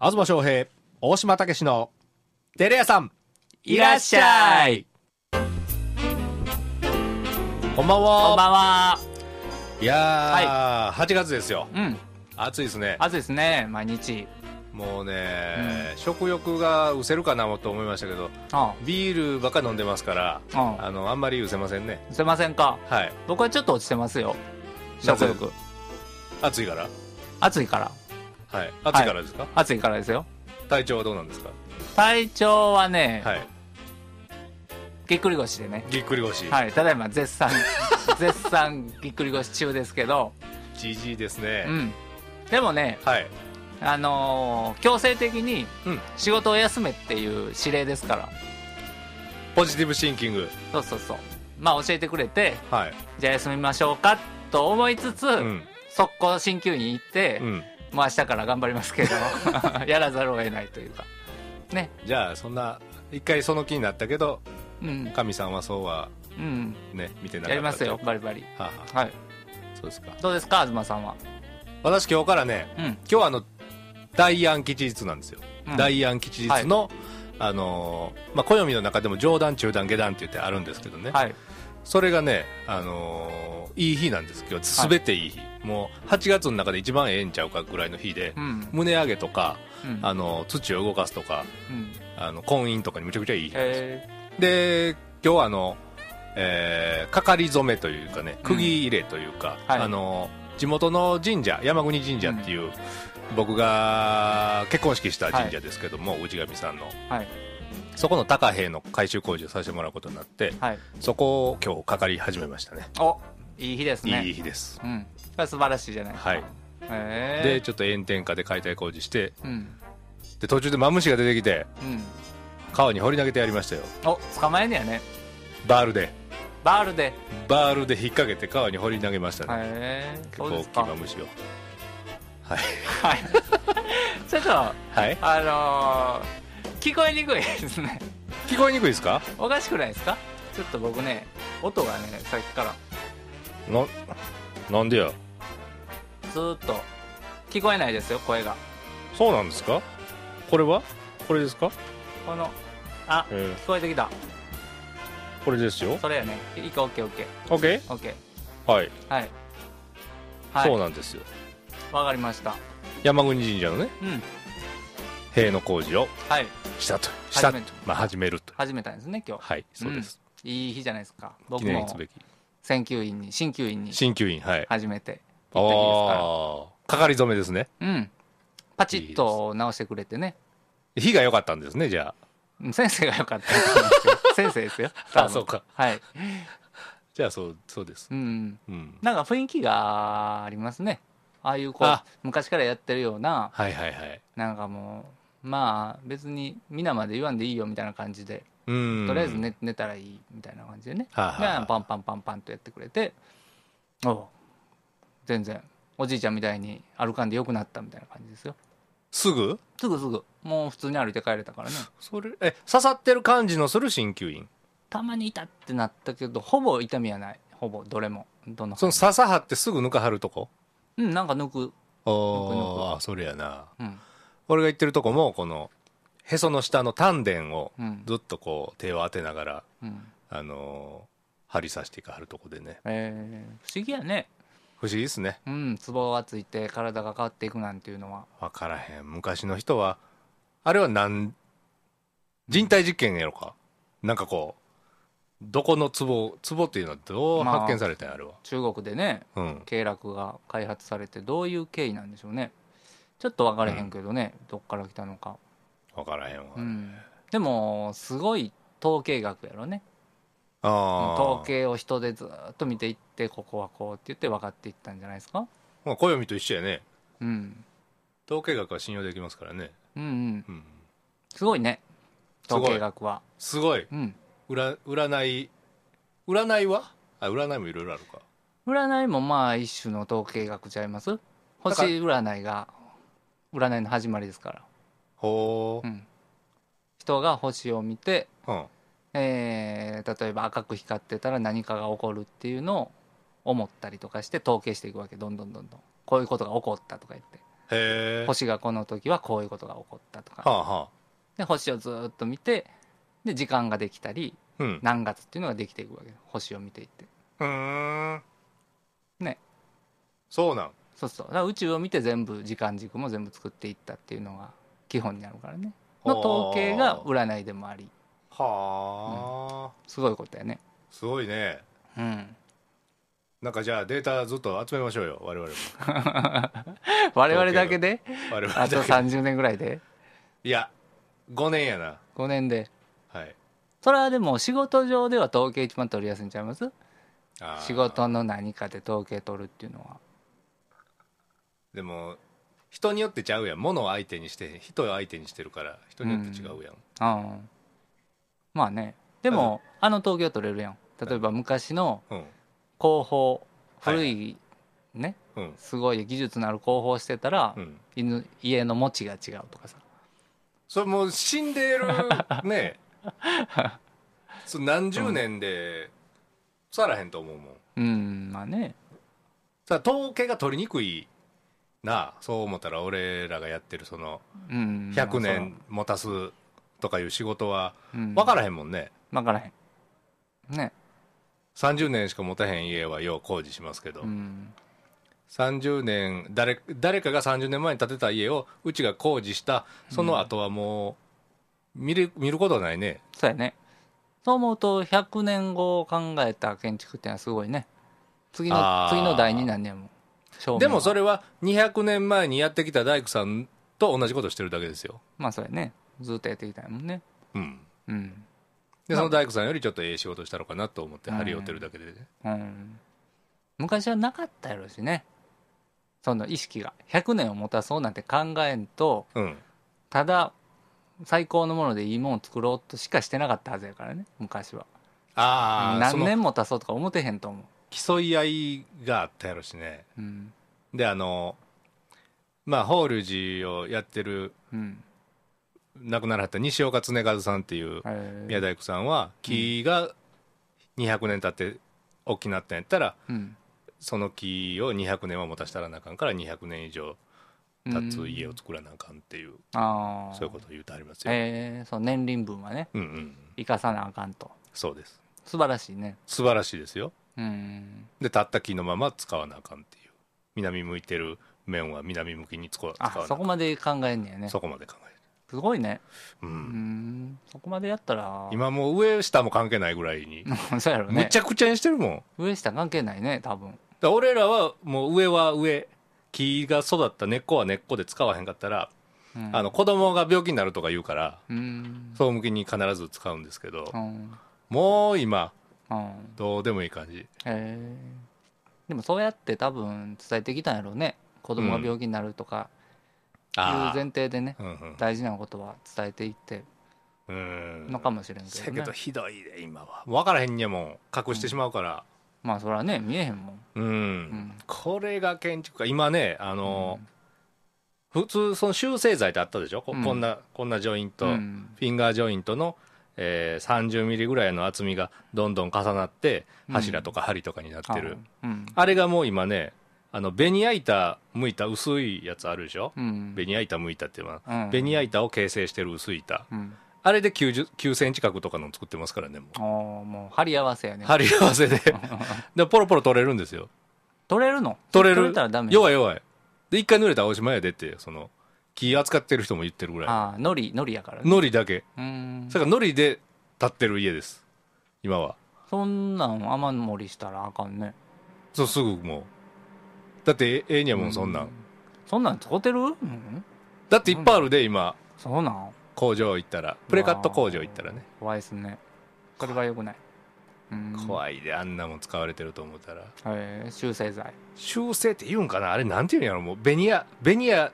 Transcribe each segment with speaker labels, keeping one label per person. Speaker 1: 東翔平、大島たけしの、テレ屋さん、
Speaker 2: いらっしゃ
Speaker 1: い。
Speaker 2: い
Speaker 1: こんばんは。
Speaker 2: こんばんは。
Speaker 1: いやー、8月ですよ。
Speaker 2: うん。
Speaker 1: 暑いですね。
Speaker 2: あとですね、毎日。
Speaker 1: もうね、食欲が失せるかなと思いましたけど、
Speaker 2: あ
Speaker 1: ビールばっか飲んでますから、
Speaker 2: うん
Speaker 1: あの、あんまり失せませんね。
Speaker 2: すいませんか。
Speaker 1: はい。
Speaker 2: 僕はちょっと落ちてますよ。
Speaker 1: な
Speaker 2: 食
Speaker 1: ぜ
Speaker 2: 欲。
Speaker 1: 暑いから。
Speaker 2: 暑いから。
Speaker 1: はい。暑いからですか、
Speaker 2: 暑いからですよ。
Speaker 1: 体調はどうなんですか
Speaker 2: 体調はね、
Speaker 1: はい。
Speaker 2: ぎっくり腰でね。
Speaker 1: ぎっくり腰。
Speaker 2: はい。ただいま 絶賛、絶賛ぎっくり腰中ですけど。
Speaker 1: じじいです
Speaker 2: う
Speaker 1: ね。
Speaker 2: ん。でもね、
Speaker 1: はい。
Speaker 2: あのー強制的に
Speaker 1: うん
Speaker 2: 仕事を休めっていう指令ですから。
Speaker 1: ポジティブシンキング。
Speaker 2: そうそうそう。まあ教えてくれて、
Speaker 1: はい。
Speaker 2: じゃあ休みましょうかと思いつつ、
Speaker 1: うん。
Speaker 2: 速攻鍼灸院行って、
Speaker 1: うん。
Speaker 2: まあ明日から頑張りますけど やらざるを得ないというかね
Speaker 1: じゃあ、そんな、一回その気になったけど、
Speaker 2: うん
Speaker 1: 神さんはそうは
Speaker 2: うん
Speaker 1: ね、見てなかった。
Speaker 2: やりますよ。バリバリ
Speaker 1: はあは
Speaker 2: は
Speaker 1: あ、
Speaker 2: い
Speaker 1: そうですか。
Speaker 2: どうですか東さんは
Speaker 1: 私今日からね、
Speaker 2: うん
Speaker 1: 今日はあの、大安吉日なんですよ。
Speaker 2: うん
Speaker 1: 大安吉日の、あのーまあ、暦の中でも上段、中段、下段って言ってあるんですけどね。
Speaker 2: はい
Speaker 1: それがね、あのーいい日なんです、今日。すべていい日。もう、8月の中で一番ええんちゃうかぐらいの日で、
Speaker 2: うん
Speaker 1: 胸上げとか、
Speaker 2: うん
Speaker 1: あの、土を動かすとか、
Speaker 2: うん
Speaker 1: あの、婚姻とかにむちゃくちゃいい日なんですよ
Speaker 2: え
Speaker 1: で今日はあの、えー、かかり染めというかね
Speaker 2: うん
Speaker 1: 釘入れというか、
Speaker 2: はい
Speaker 1: あの地元の神社山国神社っていう、僕が結婚式した神社ですけども、内神さんの
Speaker 2: ー、はい
Speaker 1: そこの高平の改修工事をさせてもらうことになって
Speaker 2: はい
Speaker 1: そこを今日かかり始めましたね
Speaker 2: おいい日ですね
Speaker 1: いい日です、
Speaker 2: うんこれは素晴らしいじゃないですか
Speaker 1: はい
Speaker 2: え
Speaker 1: でちょっと炎天下で解体工事して
Speaker 2: ー、うん
Speaker 1: で途中でマムシが出てきて
Speaker 2: うん
Speaker 1: 川に放り投げてやりましたよ
Speaker 2: お捕まえんねやね
Speaker 1: バールで
Speaker 2: バールで
Speaker 1: バールで引っ掛けて川に放り投げましたね、
Speaker 2: えー、
Speaker 1: 結
Speaker 2: そう
Speaker 1: 構
Speaker 2: で
Speaker 1: 大
Speaker 2: す
Speaker 1: きい
Speaker 2: か
Speaker 1: マムシをはい
Speaker 2: はい ちょっと
Speaker 1: はい
Speaker 2: あのー、聞こえにくいですね
Speaker 1: 聞こえにくいですか
Speaker 2: おかしくないですかちょっと僕ね音がねさっきから
Speaker 1: ななんでや
Speaker 2: ずーっと聞こえないですよ声が
Speaker 1: そうなんですかこれはこれですか、
Speaker 2: このあ
Speaker 1: え
Speaker 2: 聞こえてきた
Speaker 1: ーこれですよ
Speaker 2: それやねいいか OKOKOK
Speaker 1: OK? はい、
Speaker 2: はいはい
Speaker 1: そうなんですよ
Speaker 2: わかりました
Speaker 1: 山国神社のね
Speaker 2: うん
Speaker 1: 塀の工事を
Speaker 2: はい
Speaker 1: したとした
Speaker 2: 始める
Speaker 1: まあ始めると
Speaker 2: 始めたんですね今日
Speaker 1: はいそうです、
Speaker 2: いい日じゃないですか僕
Speaker 1: 記念
Speaker 2: も
Speaker 1: すべき
Speaker 2: 鍼灸院に鍼灸院に
Speaker 1: 鍼灸院はい
Speaker 2: 初めて
Speaker 1: あ
Speaker 2: 行った日です
Speaker 1: あかかり染めですね
Speaker 2: からうんパチッと直してくれてね
Speaker 1: 火が良かったんですねじゃあ
Speaker 2: うん先生が良かったと思うんですけ ど先生ですよ多分
Speaker 1: あそうか
Speaker 2: はい
Speaker 1: じゃあそうそうです
Speaker 2: うん
Speaker 1: うん
Speaker 2: なんか雰囲気がありますね。ああいうこう
Speaker 1: あ、
Speaker 2: 昔からやってるような、
Speaker 1: はいはいはい
Speaker 2: なんかもう、まあ別に皆まで言わんでいいよみたいな感じで、
Speaker 1: うん
Speaker 2: とりあえず寝寝たらいいみたいな感じでね。
Speaker 1: はあはあ
Speaker 2: でパンパンパンパンとやってくれて、おう全然、おじいちゃんみたいに歩かんでよくなったみたいな感じですよ。
Speaker 1: すぐ
Speaker 2: すぐすぐ、もう普通に歩いて帰れたからね。
Speaker 1: それえ刺さってる感じのする鍼灸院
Speaker 2: たまに痛ってなったけど、ほぼ痛みはない。ほぼ、どれも。どの
Speaker 1: その刺さはってすぐぬかはるとこ
Speaker 2: うん、なんか抜く。
Speaker 1: お
Speaker 2: ぬくぬく
Speaker 1: ーあそれやな
Speaker 2: うん。
Speaker 1: 俺が行ってるとこもこのへその下の丹田を
Speaker 2: うん
Speaker 1: ずっとこう手を当てながら、
Speaker 2: うん。
Speaker 1: あのー針刺していかはるとこでね
Speaker 2: えー不思議やね。
Speaker 1: 不思議ですね
Speaker 2: うん、ツボがついて体が変わっていくなんていうのは。
Speaker 1: 分からへん昔の人はあれはなん人体実験やろかなんかこうどこのツボツボっていうのはどう
Speaker 2: まあ
Speaker 1: 発見されたんやあれは、
Speaker 2: 中国でね、
Speaker 1: うん
Speaker 2: 経絡が開発されて、どういう経緯なんでしょうね。ちょっと分かれへんけどね、どっから来たのか。
Speaker 1: 分からへんわ、
Speaker 2: うん。でも、すごい統計学やろね。
Speaker 1: ああ
Speaker 2: 統計を人でずっと見ていって、ここはこうって言って分かっていったんじゃないですか。
Speaker 1: まあ暦と一緒やね
Speaker 2: うん。
Speaker 1: 統計学は信用できますからね、
Speaker 2: うんうん。
Speaker 1: うん、
Speaker 2: すごいね。
Speaker 1: すごい
Speaker 2: 統計学は。
Speaker 1: すごい
Speaker 2: うん。
Speaker 1: 占占い占いはあ占いもいろいろあるか
Speaker 2: 占いもまあ一種の統計学ちゃいます星占いが占いの始まりですから。
Speaker 1: ほ
Speaker 2: うん、人が星を見て、
Speaker 1: う、うん、
Speaker 2: えー例えば赤く光ってたら何かが起こるっていうのを思ったりとかして統計していくわけどんどんどんどんこういうことが起こったとか言って
Speaker 1: へえ
Speaker 2: 星がこの時はこういうことが起こったと
Speaker 1: は
Speaker 2: か
Speaker 1: あは
Speaker 2: で星をずーっと見てで時間ができたり
Speaker 1: あうん
Speaker 2: 何月っていうのができていくわけ星を見ていって
Speaker 1: うーん
Speaker 2: ね
Speaker 1: そうなん
Speaker 2: そうそうだから宇宙を見て全部時間軸も全部作っていったっていうのが基本になるからねの統計が占いでもあり
Speaker 1: はあ、
Speaker 2: すごいことやね
Speaker 1: すごいね
Speaker 2: うん
Speaker 1: なんかじゃあデータずっと集めましょうよ我々も
Speaker 2: 我々だけで
Speaker 1: 我々
Speaker 2: あと
Speaker 1: だけ
Speaker 2: 30年ぐらいで
Speaker 1: いや5年やな
Speaker 2: 5年で
Speaker 1: はい
Speaker 2: それはでも仕事上では統計一番取りやすいんちゃいます
Speaker 1: あー
Speaker 2: 仕事の何かで統計取るっていうのは
Speaker 1: でも人によってちゃうやん物を相手にして人を相手にしてるから人によって違うやん、
Speaker 2: うんまあねでもあの統計は取れるやん例えば昔の
Speaker 1: うん
Speaker 2: 広報
Speaker 1: はいは
Speaker 2: 古
Speaker 1: い
Speaker 2: いね
Speaker 1: うん
Speaker 2: すごい技術のある広報してたら
Speaker 1: うん
Speaker 2: 犬家の持ちが違うとかさ
Speaker 1: それもう死ん でるねそう何十年で腐らへんと思うもん
Speaker 2: うんまあね
Speaker 1: さ統計が取りにくいなあそう思ったら俺らがやってるその
Speaker 2: うん
Speaker 1: 100年持たすとかいう仕事は
Speaker 2: 分
Speaker 1: 分からへんもんね、
Speaker 2: 分からへんね
Speaker 1: 30年しか持たへん家はよう工事しますけど、
Speaker 2: うん
Speaker 1: 30年誰誰かが30年前に建てた家をうちが工事したその後はもう見る見ることはないね
Speaker 2: そうやねそう思うと100年後を考えた建築ってのはすごいね次の
Speaker 1: あー
Speaker 2: 次の代になんねやもん正面は
Speaker 1: でもそれは200年前にやってきた大工さんと同じことしてるだけですよ
Speaker 2: まあそうやねずっとやってきたんやもんね
Speaker 1: うん
Speaker 2: うん
Speaker 1: でその大工さんよりちょっとええ仕事したのかなと思って張り寄ってるだけでね、
Speaker 2: うん、昔はなかったやろしねその意識が100年を持たそうなんて考えんと
Speaker 1: うん
Speaker 2: ただ最高のものでいいものを作ろうとしかしてなかったはずやからね昔は
Speaker 1: ああそ
Speaker 2: 何
Speaker 1: の
Speaker 2: 年もたそうとか思ってへんと思
Speaker 1: 競い合いがあったやろしね
Speaker 2: ううん
Speaker 1: であのまあ法隆寺をやってる
Speaker 2: うん
Speaker 1: 亡くならはった西岡恒和さんっていう
Speaker 2: えー
Speaker 1: 宮大工さんは木が200年経って大きなったんやったら
Speaker 2: うん
Speaker 1: その木を200年は持たしたらなあかんから200年以上経つ家を作らなあかんっていう、
Speaker 2: ああ
Speaker 1: そういうこと言うてありますよ、
Speaker 2: ええそう年輪分はね
Speaker 1: うんうん
Speaker 2: 生かさなあかんと
Speaker 1: そうです
Speaker 2: 素晴らしいね
Speaker 1: 素晴らしいですよ
Speaker 2: うん
Speaker 1: でたった木のまま使わなあかんっていう南向いてる面は南向きに使わ使わな
Speaker 2: あ
Speaker 1: あか
Speaker 2: そ
Speaker 1: ん
Speaker 2: こまで考えんねやね
Speaker 1: そこまで考え
Speaker 2: すごいね
Speaker 1: る、うん
Speaker 2: うんそこまでやったら
Speaker 1: 今もう上下も関係ないぐらいに、
Speaker 2: そうやろね
Speaker 1: むちゃくちゃにしてるもんだか
Speaker 2: 上下関係ないね多分
Speaker 1: ら俺らはもう上は上木が育った根っこは根っこで使わへんかったら、
Speaker 2: うん
Speaker 1: あの子供が病気になるとか言うから
Speaker 2: うん
Speaker 1: そう向きに必ず使うんですけど、
Speaker 2: うん
Speaker 1: もう今
Speaker 2: うん
Speaker 1: どうでもいい感じ
Speaker 2: へえでもそうやって多分伝えてきたんやろうね子供が病気になるとかいう
Speaker 1: あ
Speaker 2: 前提でね
Speaker 1: あうん
Speaker 2: 大事なことは伝えていって
Speaker 1: うんうん
Speaker 2: のかもしれんけ
Speaker 1: せ
Speaker 2: ど
Speaker 1: やけ
Speaker 2: ね
Speaker 1: どひどいで今は分からへんやもん隠してしまうから
Speaker 2: まあそれはね見えへんもん
Speaker 1: うん、
Speaker 2: ん
Speaker 1: これが建築家今ねあの、普通その修正剤ってあったでしょ、こ
Speaker 2: うん
Speaker 1: こんなこんなジョイント、
Speaker 2: うん
Speaker 1: フィンガージョイントの、えー、30ミリぐらいの厚みがどんどん重なって
Speaker 2: うん
Speaker 1: 柱とか針とかになってる、
Speaker 2: あうん
Speaker 1: あれがもう今ねあのベニヤ板剥いた薄いやつあるでしょ、
Speaker 2: うん
Speaker 1: ベニヤ板剥いたっていうのは、
Speaker 2: うん
Speaker 1: ベニヤ板を形成してる薄い板
Speaker 2: うん
Speaker 1: あれで90 9センチ角とかの作ってますからねも
Speaker 2: ああもう張り合わせや
Speaker 1: う
Speaker 2: ね
Speaker 1: 針合わせ ででポロポロ取れるんですよ
Speaker 2: 取れるの
Speaker 1: 取れる
Speaker 2: れたらダメ
Speaker 1: 弱い弱いで一回濡れたらおしまいやでってその木扱ってる人も言ってるぐら
Speaker 2: ああのりのりやから
Speaker 1: い
Speaker 2: ね
Speaker 1: のりだけ
Speaker 2: うん
Speaker 1: それからのりで建ってる家です今は
Speaker 2: そんなん雨漏りしたらあかんね
Speaker 1: そうすぐもうだってえええにやもんそんなん、
Speaker 2: そんなん使ってる、うん、
Speaker 1: だっていっぱいあるで今
Speaker 2: そうなん
Speaker 1: 工場行ったらプレカット工場行ったらね
Speaker 2: 怖いっすねそれはよくないうん
Speaker 1: 怖いであんなもん使われてると思ったら
Speaker 2: えー修正剤
Speaker 1: 修正って言うんかなあれなんて言うんやろもうベニヤベニヤ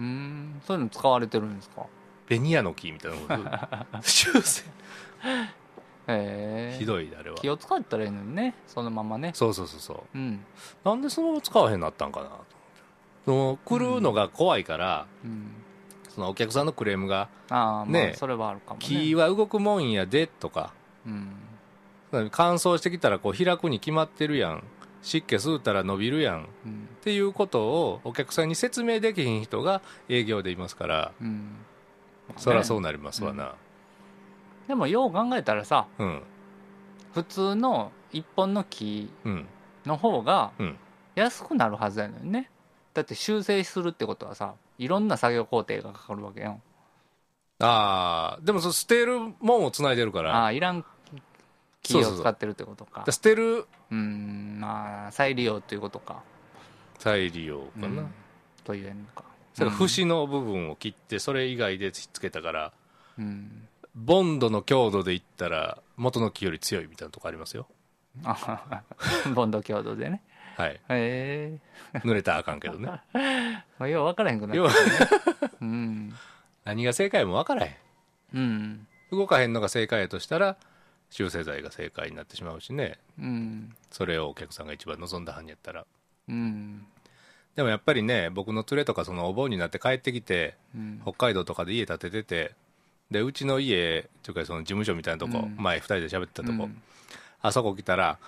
Speaker 2: うんそういうの使われてるんですか
Speaker 1: ベニヤの木みたいな こと修正
Speaker 2: へえ
Speaker 1: ひどいあれは
Speaker 2: 気を使ったらいいのにねそのままね
Speaker 1: そうそうそうそう
Speaker 2: うん、
Speaker 1: なんでそのまま使わへんなったんかなと思ってその来るのが怖いから、
Speaker 2: うん、
Speaker 1: そのお客さんのクレームが
Speaker 2: ああま
Speaker 1: ね
Speaker 2: あそれはあるか
Speaker 1: 「
Speaker 2: もね
Speaker 1: 木は動くもんやで」とか
Speaker 2: うん
Speaker 1: 乾燥してきたらこう開くに決まってるやん湿気吸うたら伸びるやんっ
Speaker 2: うん
Speaker 1: ていうことをお客さんに説明できひん人が営業でいますから
Speaker 2: うんまあね
Speaker 1: そりゃそうなりますわな、
Speaker 2: でもよう考えたらさ
Speaker 1: うん、
Speaker 2: 普通の一本の木
Speaker 1: うん、
Speaker 2: の方が
Speaker 1: うん
Speaker 2: 安くなるはずやのにねだって修正するってことはさいろんな作業工程がかかるわけよ
Speaker 1: ああでもその捨てるもんをつないでるから
Speaker 2: ああいらん木
Speaker 1: そうそう
Speaker 2: を
Speaker 1: そう
Speaker 2: 使ってるってこと
Speaker 1: だ
Speaker 2: か
Speaker 1: から捨てる
Speaker 2: うんまあ再利用ということか
Speaker 1: 再利用かな、
Speaker 2: うんというのか
Speaker 1: それから節の部分を切ってそれ以外でつっつけたから
Speaker 2: うん
Speaker 1: ボンドの強度で言ったら元の木より強いみたいなとこありますよ
Speaker 2: あ ボンド強度でね
Speaker 1: はい
Speaker 2: へえ
Speaker 1: 濡れたらあかんけ どね
Speaker 2: まあ、よう分からへんくな
Speaker 1: 要
Speaker 2: る
Speaker 1: は
Speaker 2: うん
Speaker 1: 何が正解も分からへん
Speaker 2: うん
Speaker 1: 動かへんのが正解やとしたら修正剤が正解になってしまうしね
Speaker 2: うん
Speaker 1: それをお客さんが一番望んだはんやったら
Speaker 2: うん
Speaker 1: でもやっぱりね僕の連れとかそのお盆になって帰ってきて
Speaker 2: うん
Speaker 1: 北海道とかで家建てててでうちの家というかその事務所みたいなとこ、
Speaker 2: うん
Speaker 1: 前2人で喋ってたとこ、
Speaker 2: うん
Speaker 1: あそこ来たら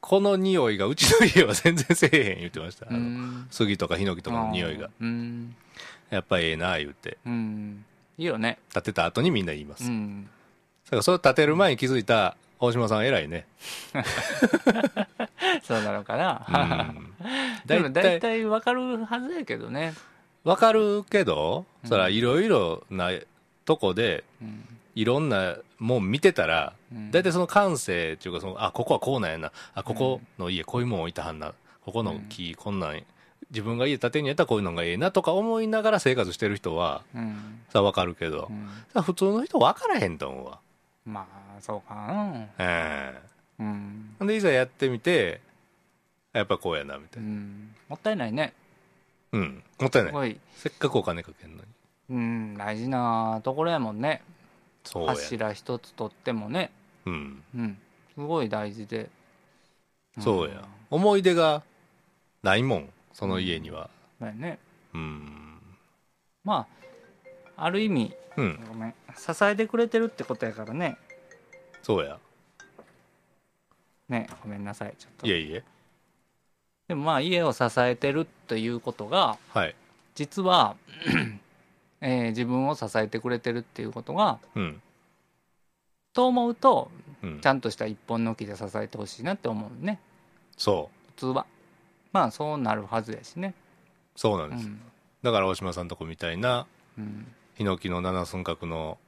Speaker 1: この匂いがうちの家は全然せえへん言ってました、あの
Speaker 2: うん
Speaker 1: 杉とかヒノキとかの匂いが
Speaker 2: うん
Speaker 1: やっぱええな言って
Speaker 2: うんいいよね
Speaker 1: 建てた後にみんな言います、
Speaker 2: う
Speaker 1: だ
Speaker 2: ん
Speaker 1: からそれを建てる前に気づいた大島さん偉いね、
Speaker 2: そうなのか
Speaker 1: う
Speaker 2: な、
Speaker 1: ん
Speaker 2: でも
Speaker 1: だ
Speaker 2: 大
Speaker 1: いたい
Speaker 2: 体分かるはずやけどね
Speaker 1: わかるけど
Speaker 2: うん
Speaker 1: そらいろいろなとこで
Speaker 2: うん
Speaker 1: いろんなもん見てたら
Speaker 2: うん
Speaker 1: 大体その感性っていうかそのあここはこうなんやなあここの家こういうもん置いたはんなここの木こんなん自分が家建てんやったらこういうのがええなとか思いながら生活してる人は
Speaker 2: うん
Speaker 1: さわかるけど
Speaker 2: う、ん
Speaker 1: さ普通の人分からへんと思うわ
Speaker 2: まあそうかな
Speaker 1: え
Speaker 2: うん、
Speaker 1: えでいざやってみてやっぱこうやなみた
Speaker 2: う
Speaker 1: いな、
Speaker 2: ん、もったいないね
Speaker 1: うんもったい
Speaker 2: す
Speaker 1: ない
Speaker 2: ごい、
Speaker 1: せっかくお金かけんのに
Speaker 2: うん、大事なところやもんね
Speaker 1: そうや、
Speaker 2: 柱一つとってもね
Speaker 1: うん、
Speaker 2: うんすごい大事で、ん
Speaker 1: そうや思い出がないもんその家には
Speaker 2: だよね
Speaker 1: うん
Speaker 2: まあある意味
Speaker 1: うん、
Speaker 2: ごめん支えてくれてるってことやからね
Speaker 1: そうや
Speaker 2: ねごめんなさいちょっと
Speaker 1: いえいえ
Speaker 2: でもまあ家を支えてるということが
Speaker 1: はい
Speaker 2: 実は、 えー自分を支えてくれてるっていうことが
Speaker 1: うん
Speaker 2: と思うと
Speaker 1: うん
Speaker 2: ちゃんとした一本の木で支えてほしいなって思うね
Speaker 1: そ
Speaker 2: 普通はまあそうなるはずやしね
Speaker 1: うそうな
Speaker 2: うん
Speaker 1: です、
Speaker 2: ん、
Speaker 1: だから大島さんとこみたいな
Speaker 2: うん
Speaker 1: ヒノキの七寸角の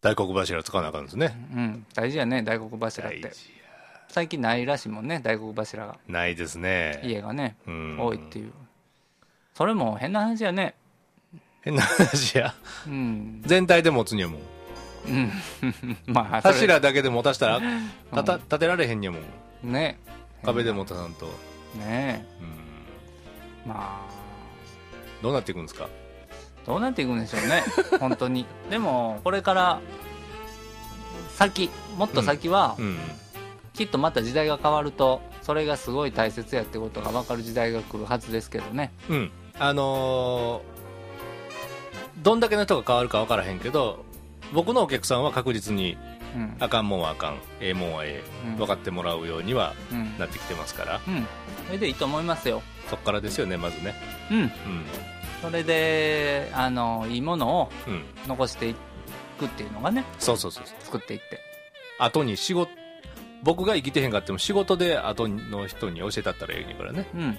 Speaker 1: 大黒柱使わなあかんですね
Speaker 2: うん、大事やね大黒柱っ
Speaker 1: 大事
Speaker 2: て
Speaker 1: や
Speaker 2: 最近ないらしいもんね大黒柱が
Speaker 1: ないですね
Speaker 2: 家がね
Speaker 1: うん
Speaker 2: 多いっていうそれも変な話やね
Speaker 1: 変な話や
Speaker 2: うん、
Speaker 1: 全体で持つにはもう
Speaker 2: うん、 まあそれ
Speaker 1: 柱だけで持たしたらたた
Speaker 2: う
Speaker 1: 立てられへんにゃもん
Speaker 2: んね
Speaker 1: 壁で持たさんと、
Speaker 2: ね
Speaker 1: うん、
Speaker 2: えま
Speaker 1: どうなっていくんですか
Speaker 2: あどうなっていくんでし ょうね本当にでもこれから先もっと先は、
Speaker 1: うん
Speaker 2: きっとまた時代が変わるとそれがすごい大切やってことが分かる時代が来るはずですけどね
Speaker 1: うんあのーどんだけの人が変わるか分からへんけど僕のお客さんは確実に
Speaker 2: うん
Speaker 1: あかんもんはあかんええもんはえ
Speaker 2: うん
Speaker 1: え分かってもらうようには
Speaker 2: うん
Speaker 1: なってきてますから
Speaker 2: うんそれでいいと思いますよ
Speaker 1: そっからですよねまずね
Speaker 2: うん
Speaker 1: うん
Speaker 2: それであのいいものを
Speaker 1: うん
Speaker 2: 残していくっていうのがね
Speaker 1: そうそうそうそう
Speaker 2: 作っていって
Speaker 1: 後に仕事僕が生きてへんかっても仕事で後の人に教えたったらええねんからね
Speaker 2: うん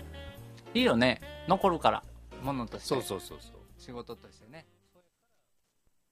Speaker 2: いいよね残るからものとして
Speaker 1: そうそうそうそう
Speaker 2: 仕事としてね